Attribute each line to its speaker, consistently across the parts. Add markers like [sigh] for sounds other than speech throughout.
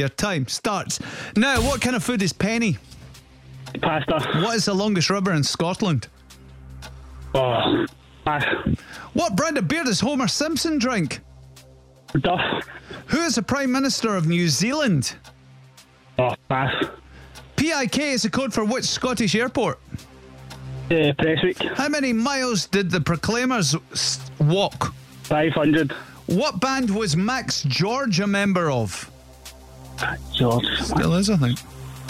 Speaker 1: Your time starts now. What kind of food is penny?
Speaker 2: Pasta.
Speaker 1: What is the longest river in Scotland?
Speaker 2: Oh. Pass.
Speaker 1: What brand of beer does Homer Simpson drink?
Speaker 2: Duff.
Speaker 1: Who is the Prime Minister of New Zealand?
Speaker 2: Oh, pass.
Speaker 1: PIK is a code for which Scottish airport?
Speaker 2: Uh, Presswick.
Speaker 1: How many miles did the Proclaimers s- walk?
Speaker 2: 500.
Speaker 1: What band was Max George a member of?
Speaker 2: George.
Speaker 1: Still is, I think.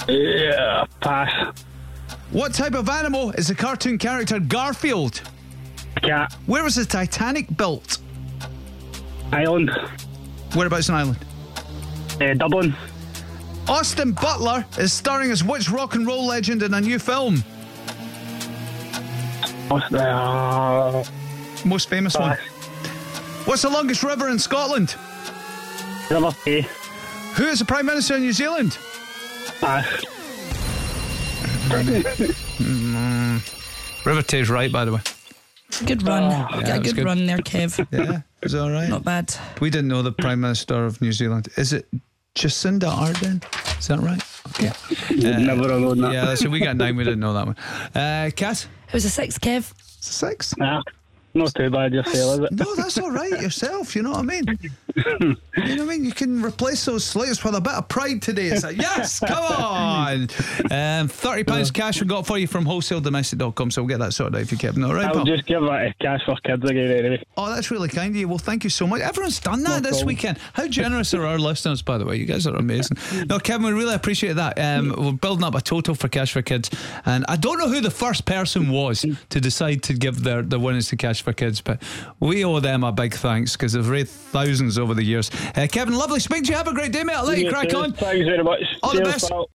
Speaker 2: Yeah. Pass.
Speaker 1: What type of animal is the cartoon character Garfield?
Speaker 2: Cat.
Speaker 1: Where was the Titanic built?
Speaker 2: Island.
Speaker 1: Whereabouts in Ireland?
Speaker 2: Uh, Dublin.
Speaker 1: Austin Butler is starring as which rock and roll legend in a new film?
Speaker 2: Uh,
Speaker 1: Most famous one.
Speaker 2: Oh, pass.
Speaker 1: What's the longest river in Scotland?
Speaker 2: River Bay.
Speaker 1: Who is the Prime Minister of New Zealand?
Speaker 2: Pass.
Speaker 1: River Tay's right, by the way.
Speaker 3: Good run.
Speaker 1: it
Speaker 3: a
Speaker 1: was
Speaker 3: good,
Speaker 1: good.
Speaker 3: run there, Kev.
Speaker 1: Yeah, is that all right?
Speaker 3: Not bad.
Speaker 1: We didn't know the Prime Minister of New Zealand. Is it Jacinda Ardern? Is that right? Okay.
Speaker 2: Never alone that.
Speaker 1: Yeah, that's it. We got nine. We didn't know that one. Uh, Kat,
Speaker 3: It was a six, Kev.
Speaker 1: six.
Speaker 2: Nah. Not too bad yourself, is it?
Speaker 1: No, that's all right yourself. You know what I mean? You know what I mean? You can replace those slates with a bit of pride today. It's like, yes, come on. Um, £30 cash we got for you from wholesaledomestic.com. So we'll get that sorted out if you Kevin. All right,
Speaker 2: I'll
Speaker 1: pal?
Speaker 2: just give that a cash for kids again anyway.
Speaker 1: Oh, that's really kind of you. Well, thank you so much. Everyone's done that this
Speaker 2: problem.
Speaker 1: weekend. How generous are our [laughs] listeners, by the way? You guys are amazing. No, Kevin, we really appreciate that. Um, we're building up a total for Cash for Kids. And I don't know who the first person was to decide to give their, their winnings to Cash for Kids, but we owe them a big thanks because they've raised thousands over the years. Uh, Kevin, lovely speaking to you. Have a great day, mate. I'll let you
Speaker 2: Yeah,
Speaker 1: crack
Speaker 2: cheers.
Speaker 1: on.
Speaker 2: Thanks very much.
Speaker 1: All the
Speaker 2: Cheers,
Speaker 1: best.
Speaker 2: pal.